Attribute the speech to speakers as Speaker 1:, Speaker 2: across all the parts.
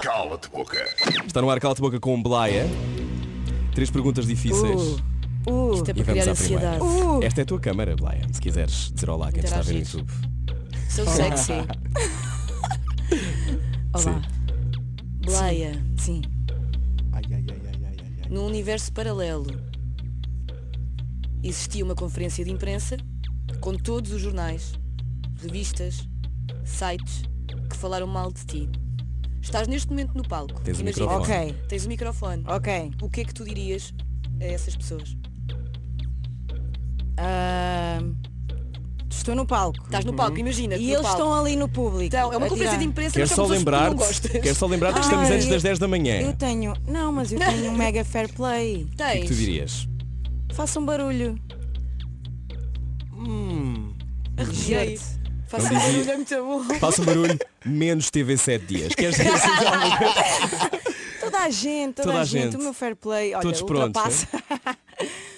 Speaker 1: Cala-te, boca.
Speaker 2: Está no ar cala boca com Blaia. Três perguntas difíceis.
Speaker 3: Uh,
Speaker 4: Isto é
Speaker 2: E vamos
Speaker 4: para criar
Speaker 2: à primeira.
Speaker 4: ansiedade.
Speaker 3: Uh.
Speaker 2: Esta é a tua câmara, Blaia. Se quiseres dizer olá a quem te está a ver no
Speaker 4: Interagir.
Speaker 2: YouTube.
Speaker 4: Sou sexy. Olá. Blaia. Sim.
Speaker 5: Ai, ai, ai, ai, ai, ai, ai.
Speaker 4: Num universo paralelo, existia uma conferência de imprensa com todos os jornais, revistas, sites que falaram mal de ti. Estás neste momento no palco.
Speaker 2: Tens o
Speaker 3: Tá
Speaker 4: Imagina,
Speaker 2: microfone.
Speaker 3: Ok,
Speaker 4: Tens o microfone.
Speaker 3: ok.
Speaker 4: O que é que tu dirias a essas pessoas?
Speaker 3: Ah, estou no palco.
Speaker 4: Estás no Tá, é palco, imagina.
Speaker 3: Uhum. E eles estão ali no público.
Speaker 4: Então, é uma
Speaker 3: a
Speaker 4: conferência de
Speaker 3: tirar.
Speaker 4: imprensa
Speaker 2: Quero
Speaker 4: mas
Speaker 2: só
Speaker 4: são pessoas que tu
Speaker 2: lembrar
Speaker 4: não gostas.
Speaker 2: quero só lembrar que
Speaker 3: Ah,
Speaker 2: estamos antes
Speaker 3: eu-
Speaker 2: das 10 da manhã.
Speaker 3: Eu tenho. Não, mas eu tenho um mega fair play.
Speaker 2: O que é que
Speaker 4: Tens.
Speaker 2: tu dirias?
Speaker 3: Façam barulho. Hum.
Speaker 4: Arrepiei-te. Faça
Speaker 2: Não dizia-
Speaker 4: barulho, é muito bom.
Speaker 2: Faça um barulho, menos TV 7 dias. Queres que seja algo?
Speaker 3: Toda a gente, toda, a gente. é? O meu fair play, olha,
Speaker 2: Todos prontos,
Speaker 3: ultrapassa.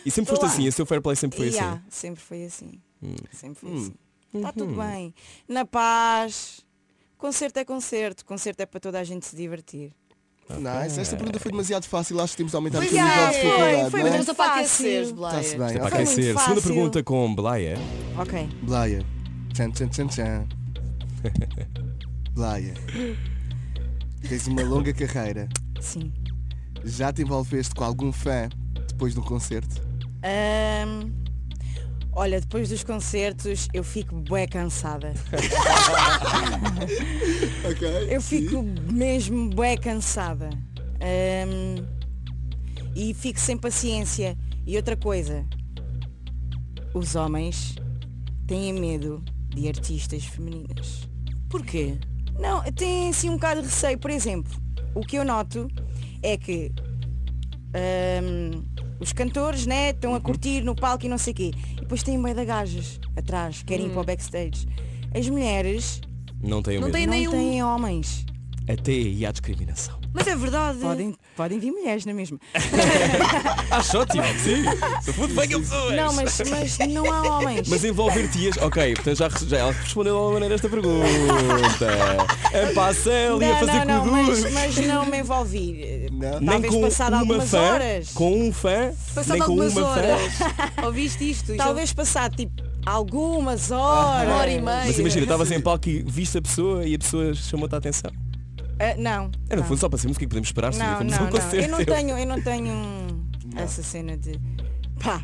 Speaker 2: E sempre foste
Speaker 3: Olá.
Speaker 2: assim, esse teu fair play sempre foi
Speaker 3: E
Speaker 2: assim.
Speaker 3: há,
Speaker 2: Hum. Uhum.
Speaker 3: sempre foi assim. Sempre foi assim. Está tudo bem. Na paz. Concerto é concerto. Concerto é para toda a gente se divertir.
Speaker 5: Nice. Esta pergunta foi demasiado fácil. Acho que temos de aumentar
Speaker 3: Pois
Speaker 5: um bocadinho
Speaker 3: é,
Speaker 5: a dificuldade.
Speaker 3: foi, foi
Speaker 5: não
Speaker 4: Mas não só para
Speaker 3: Fácil.
Speaker 4: aqueceres, Blaia.
Speaker 5: Está-se bem.
Speaker 2: É para
Speaker 3: Foi muito
Speaker 2: aquecer.
Speaker 3: fácil.
Speaker 2: Segunda pergunta com Blaia.
Speaker 3: Ok.
Speaker 5: Blaia. Tchan, tchan, tchan, tchan. Blaia. Tens uma longa carreira.
Speaker 3: Sim.
Speaker 5: Já te envolveste com algum fã depois de um concerto?
Speaker 3: Ahm, olha, depois dos concertos eu fico bué cansada.
Speaker 5: Ok.
Speaker 3: Eu fico mesmo bué cansada. Ahm, e fico sem paciência. E outra coisa, os homens têm medo de artistas femininas.
Speaker 4: Porquê?
Speaker 3: Não, tem assim um bocado de receio. Por exemplo, o que eu noto é que hum, os cantores né, estão
Speaker 4: Uhum.
Speaker 3: a curtir no palco e não sei o quê. E depois têm meio de gajas atrás, querem ir para o backstage. As mulheres
Speaker 2: Não tenho
Speaker 4: Hum. Não
Speaker 2: medo.
Speaker 4: tem-
Speaker 3: não
Speaker 4: nenhum-
Speaker 3: têm homens.
Speaker 2: Até aí há discriminação.
Speaker 4: Mas é verdade.
Speaker 3: Podem, podem vir mulheres, não é mesmo?
Speaker 2: Acho ótimo, sim. No fundo, bem que pessoas.
Speaker 3: Não, mas, mas não há homens.
Speaker 2: Mas envolver-te-ias. Ok, portanto já, já ela respondeu de alguma maneira esta pergunta. É A passar ali a
Speaker 3: não,
Speaker 2: fazer
Speaker 3: não, não,
Speaker 2: coduro.
Speaker 3: mas, mas não me envolvi.
Speaker 5: Não?
Speaker 2: Nem
Speaker 3: Talvez
Speaker 2: com
Speaker 3: passado
Speaker 2: uma
Speaker 3: algumas
Speaker 2: fã,
Speaker 3: horas.
Speaker 2: Com um fã,
Speaker 4: Passado
Speaker 2: nem com
Speaker 4: algumas
Speaker 2: uma
Speaker 4: horas.
Speaker 2: fã.
Speaker 4: Ouviste isto? Isto
Speaker 3: Talvez passar tipo algumas horas.
Speaker 4: Uma hora e meia.
Speaker 2: Mas imagina, estavas em palco e viste a pessoa e a pessoa chamou-te a atenção.
Speaker 3: Ah, não.
Speaker 2: Era no
Speaker 3: não.
Speaker 2: fundo só para sabermos o que é que podemos esperar se
Speaker 3: Não,
Speaker 2: fomos a
Speaker 3: não,
Speaker 2: um
Speaker 3: não. Eu
Speaker 2: concerto.
Speaker 3: não tenho, eu não tenho hum, essa cena de pá,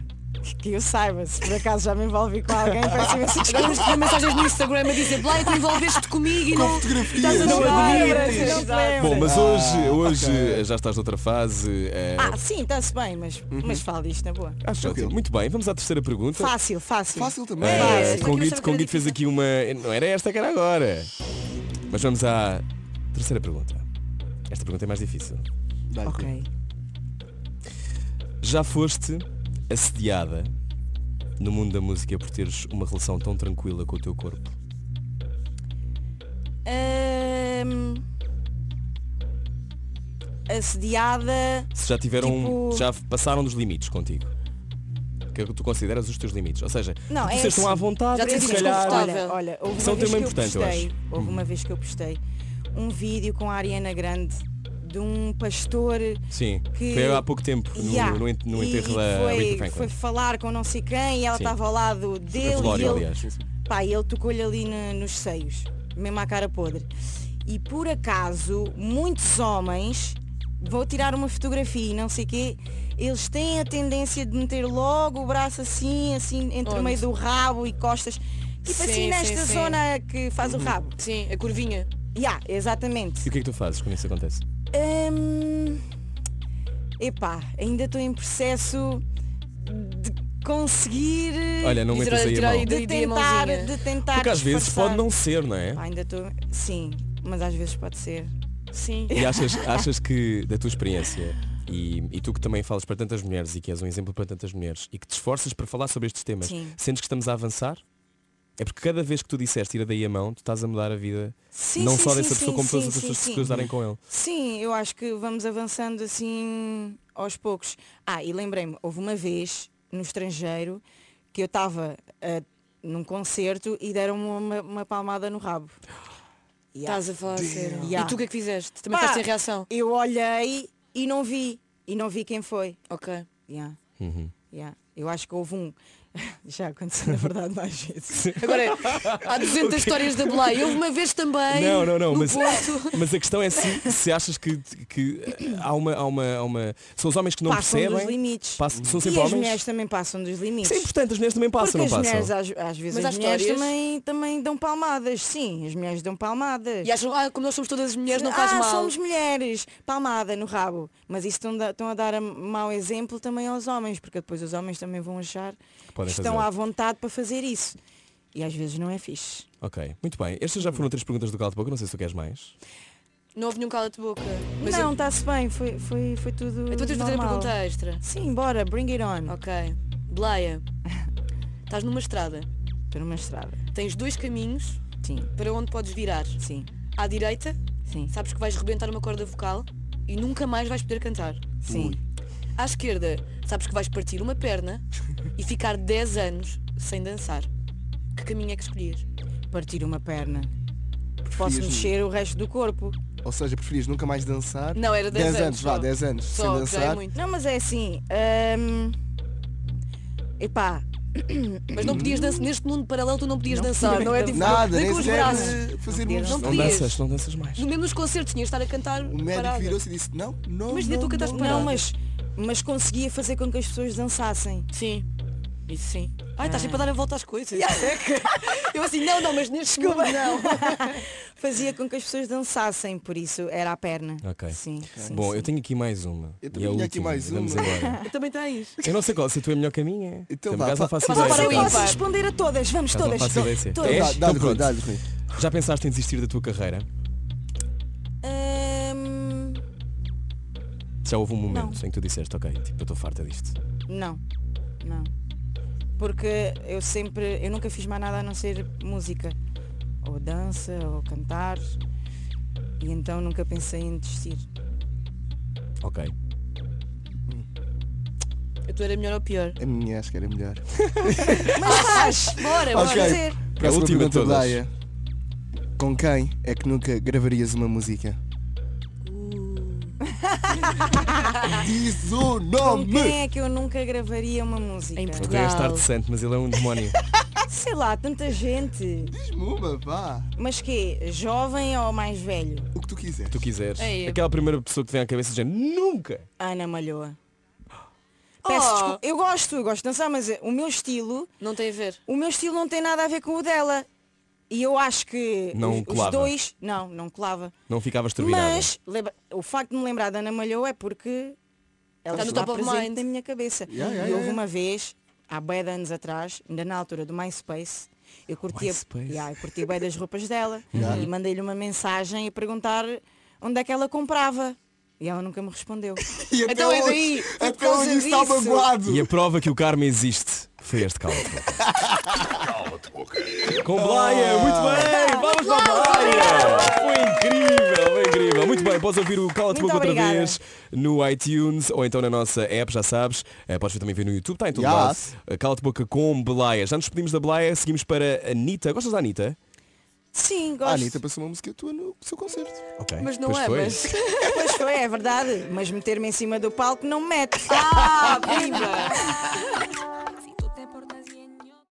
Speaker 3: que eu saiba, se por acaso já me envolvi com alguém, parece imenso
Speaker 4: Vamos receber mensagens no Instagram a dizer Blay, tu envolveste comigo e não
Speaker 2: um
Speaker 4: estás a
Speaker 5: Fotografias.
Speaker 2: Não
Speaker 4: chorar."
Speaker 2: admites.
Speaker 4: Exato.
Speaker 2: Bom, mas hoje,
Speaker 5: Ah,
Speaker 2: hoje
Speaker 5: ok.
Speaker 2: eh, já estás noutra fase. eh,
Speaker 3: Ah, sim, está-se bem, mas, mas fala disto na boa.
Speaker 2: acho
Speaker 5: tranquilo.
Speaker 2: ótimo. Muito bem, vamos à terceira pergunta.
Speaker 3: Fácil, fácil.
Speaker 5: Fácil também.
Speaker 2: Eh,
Speaker 4: É, esta
Speaker 2: com o
Speaker 4: aqui eu
Speaker 2: Guido,
Speaker 4: achava
Speaker 2: com o
Speaker 4: que era
Speaker 2: Guido fez aqui uma. Não era esta que era agora. Mas vamos à terceira pergunta. Esta pergunta é mais difícil.
Speaker 5: Vai,
Speaker 3: Ok.
Speaker 2: Já foste assediada no mundo da música por teres uma relação tão tranquila com o teu corpo?
Speaker 3: Hum, assediada.
Speaker 2: Se já tiveram. um-
Speaker 3: Tipo-
Speaker 2: Já passaram dos limites contigo? O que é que tu consideras os teus limites? Ou seja,
Speaker 3: Não,
Speaker 2: tu
Speaker 3: é
Speaker 2: vocês estão
Speaker 3: assim.
Speaker 2: à vontade,
Speaker 4: Já te
Speaker 2: se
Speaker 4: sentiste
Speaker 2: calhar.
Speaker 4: confortável.
Speaker 3: Olha, olha, houve uma
Speaker 2: São também
Speaker 3: vez que eu
Speaker 2: importantes, eu
Speaker 3: postei,
Speaker 2: acho. Uhum.
Speaker 3: houve uma vez que eu postei um vídeo com a Ariana Grande de um pastor
Speaker 2: Sim,
Speaker 3: que-
Speaker 2: foi há pouco tempo no,
Speaker 3: Yeah.
Speaker 2: no ent- no
Speaker 3: E
Speaker 2: enterro da
Speaker 3: foi,
Speaker 2: Rita Franklin.
Speaker 3: foi falar com não sei quem e ela
Speaker 2: Sim.
Speaker 3: estava ao lado dele
Speaker 2: velório,
Speaker 3: e ele,
Speaker 2: aliás.
Speaker 3: pá, e ele tocou-lhe ali na- nos seios, mesmo à cara podre. E por acaso, muitos homens vou tirar uma fotografia e não sei quê, eles têm a tendência de meter logo o braço assim, assim, entre
Speaker 4: Onde?
Speaker 3: o meio do rabo e costas. Tipo
Speaker 4: Sim,
Speaker 3: assim
Speaker 4: sim,
Speaker 3: nesta
Speaker 4: sim.
Speaker 3: zona que faz
Speaker 2: Uhum.
Speaker 3: o rabo.
Speaker 4: Sim, a curvinha.
Speaker 3: Yeah, exatamente.
Speaker 2: E o que é que tu fazes quando isso acontece?
Speaker 3: Hum, epá, ainda estou em processo de conseguir
Speaker 2: Olha, não
Speaker 4: e
Speaker 2: metas
Speaker 4: tirar-
Speaker 2: aí a
Speaker 4: tirar
Speaker 2: mão.
Speaker 4: e dar-
Speaker 3: de
Speaker 4: doidia
Speaker 3: tentar,
Speaker 4: mãozinha.
Speaker 3: de tentar.
Speaker 2: Porque às vezes
Speaker 3: disfarçar.
Speaker 2: pode não ser, não é?
Speaker 3: Pá, ainda estou. Sim, mas às vezes pode ser.
Speaker 4: Sim.
Speaker 2: E achas, achas que da tua experiência e, e tu que também falas para tantas mulheres e que és um exemplo para tantas mulheres e que te esforças para falar sobre estes temas,
Speaker 3: Sim.
Speaker 2: sentes que estamos a avançar? É porque cada vez que tu disseste tira daí a mão, tu estás a mudar a vida
Speaker 3: Sim,
Speaker 2: não
Speaker 3: sim,
Speaker 2: só
Speaker 3: sim,
Speaker 2: dessa
Speaker 3: sim,
Speaker 2: pessoa como
Speaker 3: sim,
Speaker 2: todas as
Speaker 3: sim,
Speaker 2: pessoas que se
Speaker 3: sim.
Speaker 2: cruzarem com ele.
Speaker 3: Sim, eu acho que vamos avançando assim aos poucos. Ah, e lembrei-me, houve uma vez no estrangeiro que eu eh, estava ah, num concerto e deram-me uma, uma palmada no rabo. Yeah.
Speaker 4: Estás a falar a sério.
Speaker 3: Yeah.
Speaker 4: E tu o que é que fizeste? Também
Speaker 3: Pá,
Speaker 4: estás sem reação?
Speaker 3: Eu olhei e não vi. E não vi quem foi.
Speaker 4: Ok.
Speaker 3: Yeah,
Speaker 2: Uhum.
Speaker 3: yeah. Eu acho que houve um. Já aconteceu na verdade mais vezes.
Speaker 4: Agora, há 200 histórias da Belay. Houve uma vez também.
Speaker 2: Não, não, não,
Speaker 4: No
Speaker 2: mas-
Speaker 4: Porto.
Speaker 2: Mas a questão é se, se achas que, que há, uma, há, uma, há uma. São os homens que não
Speaker 3: passam dos
Speaker 2: percebem.
Speaker 3: limites.
Speaker 2: Passam- são
Speaker 3: e
Speaker 2: sempre
Speaker 3: as mulheres
Speaker 2: homens.
Speaker 3: também passam dos limites.
Speaker 2: Isso é importante, as mulheres também
Speaker 3: Porque
Speaker 2: passam,
Speaker 3: as
Speaker 2: não
Speaker 3: mulheres
Speaker 2: passam.
Speaker 3: às, às vezes
Speaker 4: Mas
Speaker 3: as
Speaker 4: há
Speaker 3: mulheres
Speaker 4: histórias-
Speaker 3: também, também dão palmadas, sim, as mulheres dão palmadas.
Speaker 4: E acham, ah, como nós somos todas mulheres, não
Speaker 3: ah,
Speaker 4: faz mal.
Speaker 3: somos mulheres, palmada no rabo. Mas isso estão, da- estão a dar a mau exemplo também aos homens, porque depois os homens também vão achar que
Speaker 2: podem
Speaker 3: estão
Speaker 2: fazer.
Speaker 3: à vontade para fazer isso. E às vezes não é fixe.
Speaker 2: Ok, muito bem. Estas já foram três perguntas do Cala de Boca, não sei se tu queres mais.
Speaker 4: Não houve nenhum cala-te-boca. Mas
Speaker 3: não,
Speaker 4: eu...
Speaker 3: está-se bem, foi, foi, foi tudo.
Speaker 4: Então tens de fazer uma
Speaker 3: normal.
Speaker 4: pergunta extra.
Speaker 3: Sim, bora, bring it on.
Speaker 4: Ok. Belaya, estás numa estrada.
Speaker 3: Estou numa estrada.
Speaker 4: Tens dois caminhos
Speaker 3: Sim,
Speaker 4: para onde podes virar.
Speaker 3: sim,
Speaker 4: À direita,
Speaker 3: sim,
Speaker 4: sabes que vais rebentar uma corda vocal e nunca mais vais poder cantar.
Speaker 3: sim.
Speaker 4: À esquerda, sabes que vais partir uma perna e ficar 10 anos sem dançar. Que caminho é que escolhias?
Speaker 3: Partir uma perna. Posso
Speaker 5: Preferias-
Speaker 3: mexer o resto do corpo.
Speaker 5: Ou seja, preferias nunca mais dançar?
Speaker 4: Não, era 10 anos.
Speaker 5: vá,
Speaker 4: só.
Speaker 5: 10 anos. sem
Speaker 4: Só, que já
Speaker 5: dançar.
Speaker 4: é muito.
Speaker 3: Não, mas é assim. hum, Epá,
Speaker 4: Mas não podias dançar, neste mundo paralelo tu não podias
Speaker 3: Não
Speaker 4: dançar,
Speaker 3: podia.
Speaker 4: não é? Tipo,
Speaker 5: Nada,
Speaker 4: nem
Speaker 5: nem
Speaker 4: com os
Speaker 5: sequer
Speaker 4: braços.
Speaker 5: eh, fazer
Speaker 3: Não
Speaker 5: moves.
Speaker 4: Não
Speaker 2: Não
Speaker 4: podias.
Speaker 2: danças, não danças mais.
Speaker 4: No mesmo nos concertos tinhas de estar a cantar
Speaker 5: O médico
Speaker 4: parada.
Speaker 5: virou-se e disse, não, não.
Speaker 4: Imagina
Speaker 5: não,
Speaker 4: tu cantares
Speaker 5: não,
Speaker 4: parada.
Speaker 3: não, mas, mas conseguia fazer com que as pessoas dançassem.
Speaker 4: Sim. Isso sim.
Speaker 3: Ah.
Speaker 4: Ai, estás sempre a dar a volta às coisas. Eu assim, não, não, mas neste Desculpa. não.
Speaker 3: Fazia com que as pessoas dançassem, por isso era a perna.
Speaker 2: Ok.
Speaker 3: Sim, sim,
Speaker 2: Bom,
Speaker 3: sim.
Speaker 2: eu tenho aqui mais uma.
Speaker 5: Eu
Speaker 2: E é
Speaker 5: também
Speaker 2: a
Speaker 5: tinha
Speaker 2: última.
Speaker 5: aqui mais
Speaker 2: E Vamos
Speaker 5: uma.
Speaker 2: embora.
Speaker 4: Tu também tens.
Speaker 2: Eu não sei qual, se tu é melhor caminho é.
Speaker 5: Então
Speaker 2: Também
Speaker 5: vá,
Speaker 2: caso não
Speaker 5: fa-
Speaker 2: faço
Speaker 4: faça
Speaker 2: ideia.
Speaker 3: Mas
Speaker 4: para
Speaker 3: eu
Speaker 4: o
Speaker 3: posso
Speaker 4: ímpar.
Speaker 3: responder a todas, vamos
Speaker 2: Caso não
Speaker 3: todas.
Speaker 2: faça ideia de ser.
Speaker 3: todas.
Speaker 2: É?
Speaker 5: Dá- Dá-lhe,
Speaker 2: Então
Speaker 5: Rui,
Speaker 2: pronto.
Speaker 5: dá-lhe, Rui.
Speaker 2: Já pensaste em desistir da tua carreira?
Speaker 3: Hum,
Speaker 2: Já houve um momento em que tu disseste, ok, tipo, eu estou farta disto.
Speaker 3: não, não. Porque eu sempre, eu nunca fiz mais nada a não ser música. Ou dança, ou cantar. E então nunca pensei em desistir.
Speaker 2: Ok.
Speaker 4: A tua era melhor ou pior?
Speaker 5: A É minha acho que era melhor.
Speaker 3: Mas faz!
Speaker 4: Bora,
Speaker 5: Ok.
Speaker 4: bora.
Speaker 3: fazer.
Speaker 5: Próxima
Speaker 2: última de
Speaker 5: pergunta,
Speaker 2: todas.
Speaker 5: Laia. Com quem é que nunca gravarias uma música? Uh. Diz o
Speaker 3: Com
Speaker 5: nome!
Speaker 3: quem é que eu nunca gravaria uma música? Ah,
Speaker 4: Em
Speaker 2: Eu
Speaker 4: Portugal.
Speaker 2: queria estar de santo, mas ele é um demónio.
Speaker 3: Sei lá, tanta gente.
Speaker 5: Diz-me uma, vá.
Speaker 3: Mas que jovem ou mais velho?
Speaker 5: O que tu quiser.
Speaker 2: tu quiseres.
Speaker 4: É eu.
Speaker 2: Aquela primeira pessoa que te vem à cabeça dizendo, nunca!
Speaker 3: Ana Malhoa. Peço
Speaker 4: Oh.
Speaker 3: desculpa. Eu gosto, eu gosto de dançar, mas eh, o meu estilo,
Speaker 4: Não tem a ver.
Speaker 3: o meu estilo não tem nada a ver com o dela. E eu acho que
Speaker 2: Não
Speaker 3: os, os
Speaker 2: colava.
Speaker 3: dois, não, não colava.
Speaker 2: Não ficavas turbinada.
Speaker 3: Mas lembra- o facto de me lembrar da Ana Malhoa é porque ela está,
Speaker 4: Está no top of
Speaker 3: presente
Speaker 4: mind.
Speaker 3: na minha cabeça.
Speaker 5: Yeah, yeah,
Speaker 3: e houve
Speaker 5: yeah.
Speaker 3: uma vez, há bué de anos atrás, ainda na altura do MySpace, eu curtia,
Speaker 2: MySpace.
Speaker 3: Yeah, eu curtia bem das roupas dela e mandei-lhe uma mensagem a perguntar onde é que ela comprava. E ela nunca me respondeu.
Speaker 5: E até
Speaker 4: Então é
Speaker 5: hoje-
Speaker 4: daí.
Speaker 5: Até
Speaker 3: por causa
Speaker 5: hoje está
Speaker 3: disso.
Speaker 5: magoado.
Speaker 2: E a prova que o karma existe foi este cala boca. Com Blaia, muito bem! Vamos para a Blaia! Foi incrível, foi incrível. Muito bem, podes ouvir o cala de
Speaker 3: Muito
Speaker 2: boca outra
Speaker 3: obrigada.
Speaker 2: vez no iTunes ou então na nossa app, já sabes. Eh, Podes ver também ver no YouTube, está em todo lado.
Speaker 5: Yes.
Speaker 2: Eh, Cala de boca com Blaia. Já nos despedimos da Blaia, seguimos para a Anitta. Gostas da Anitta?
Speaker 3: Sim,
Speaker 5: A
Speaker 3: gosto.
Speaker 5: Anitta passou uma música tua no seu concerto.
Speaker 2: Ok.
Speaker 4: Mas não
Speaker 2: pois foi.
Speaker 4: amas.
Speaker 3: Pois foi, é verdade. Mas meter-me em cima do palco não me mete.
Speaker 4: Ah, pimba!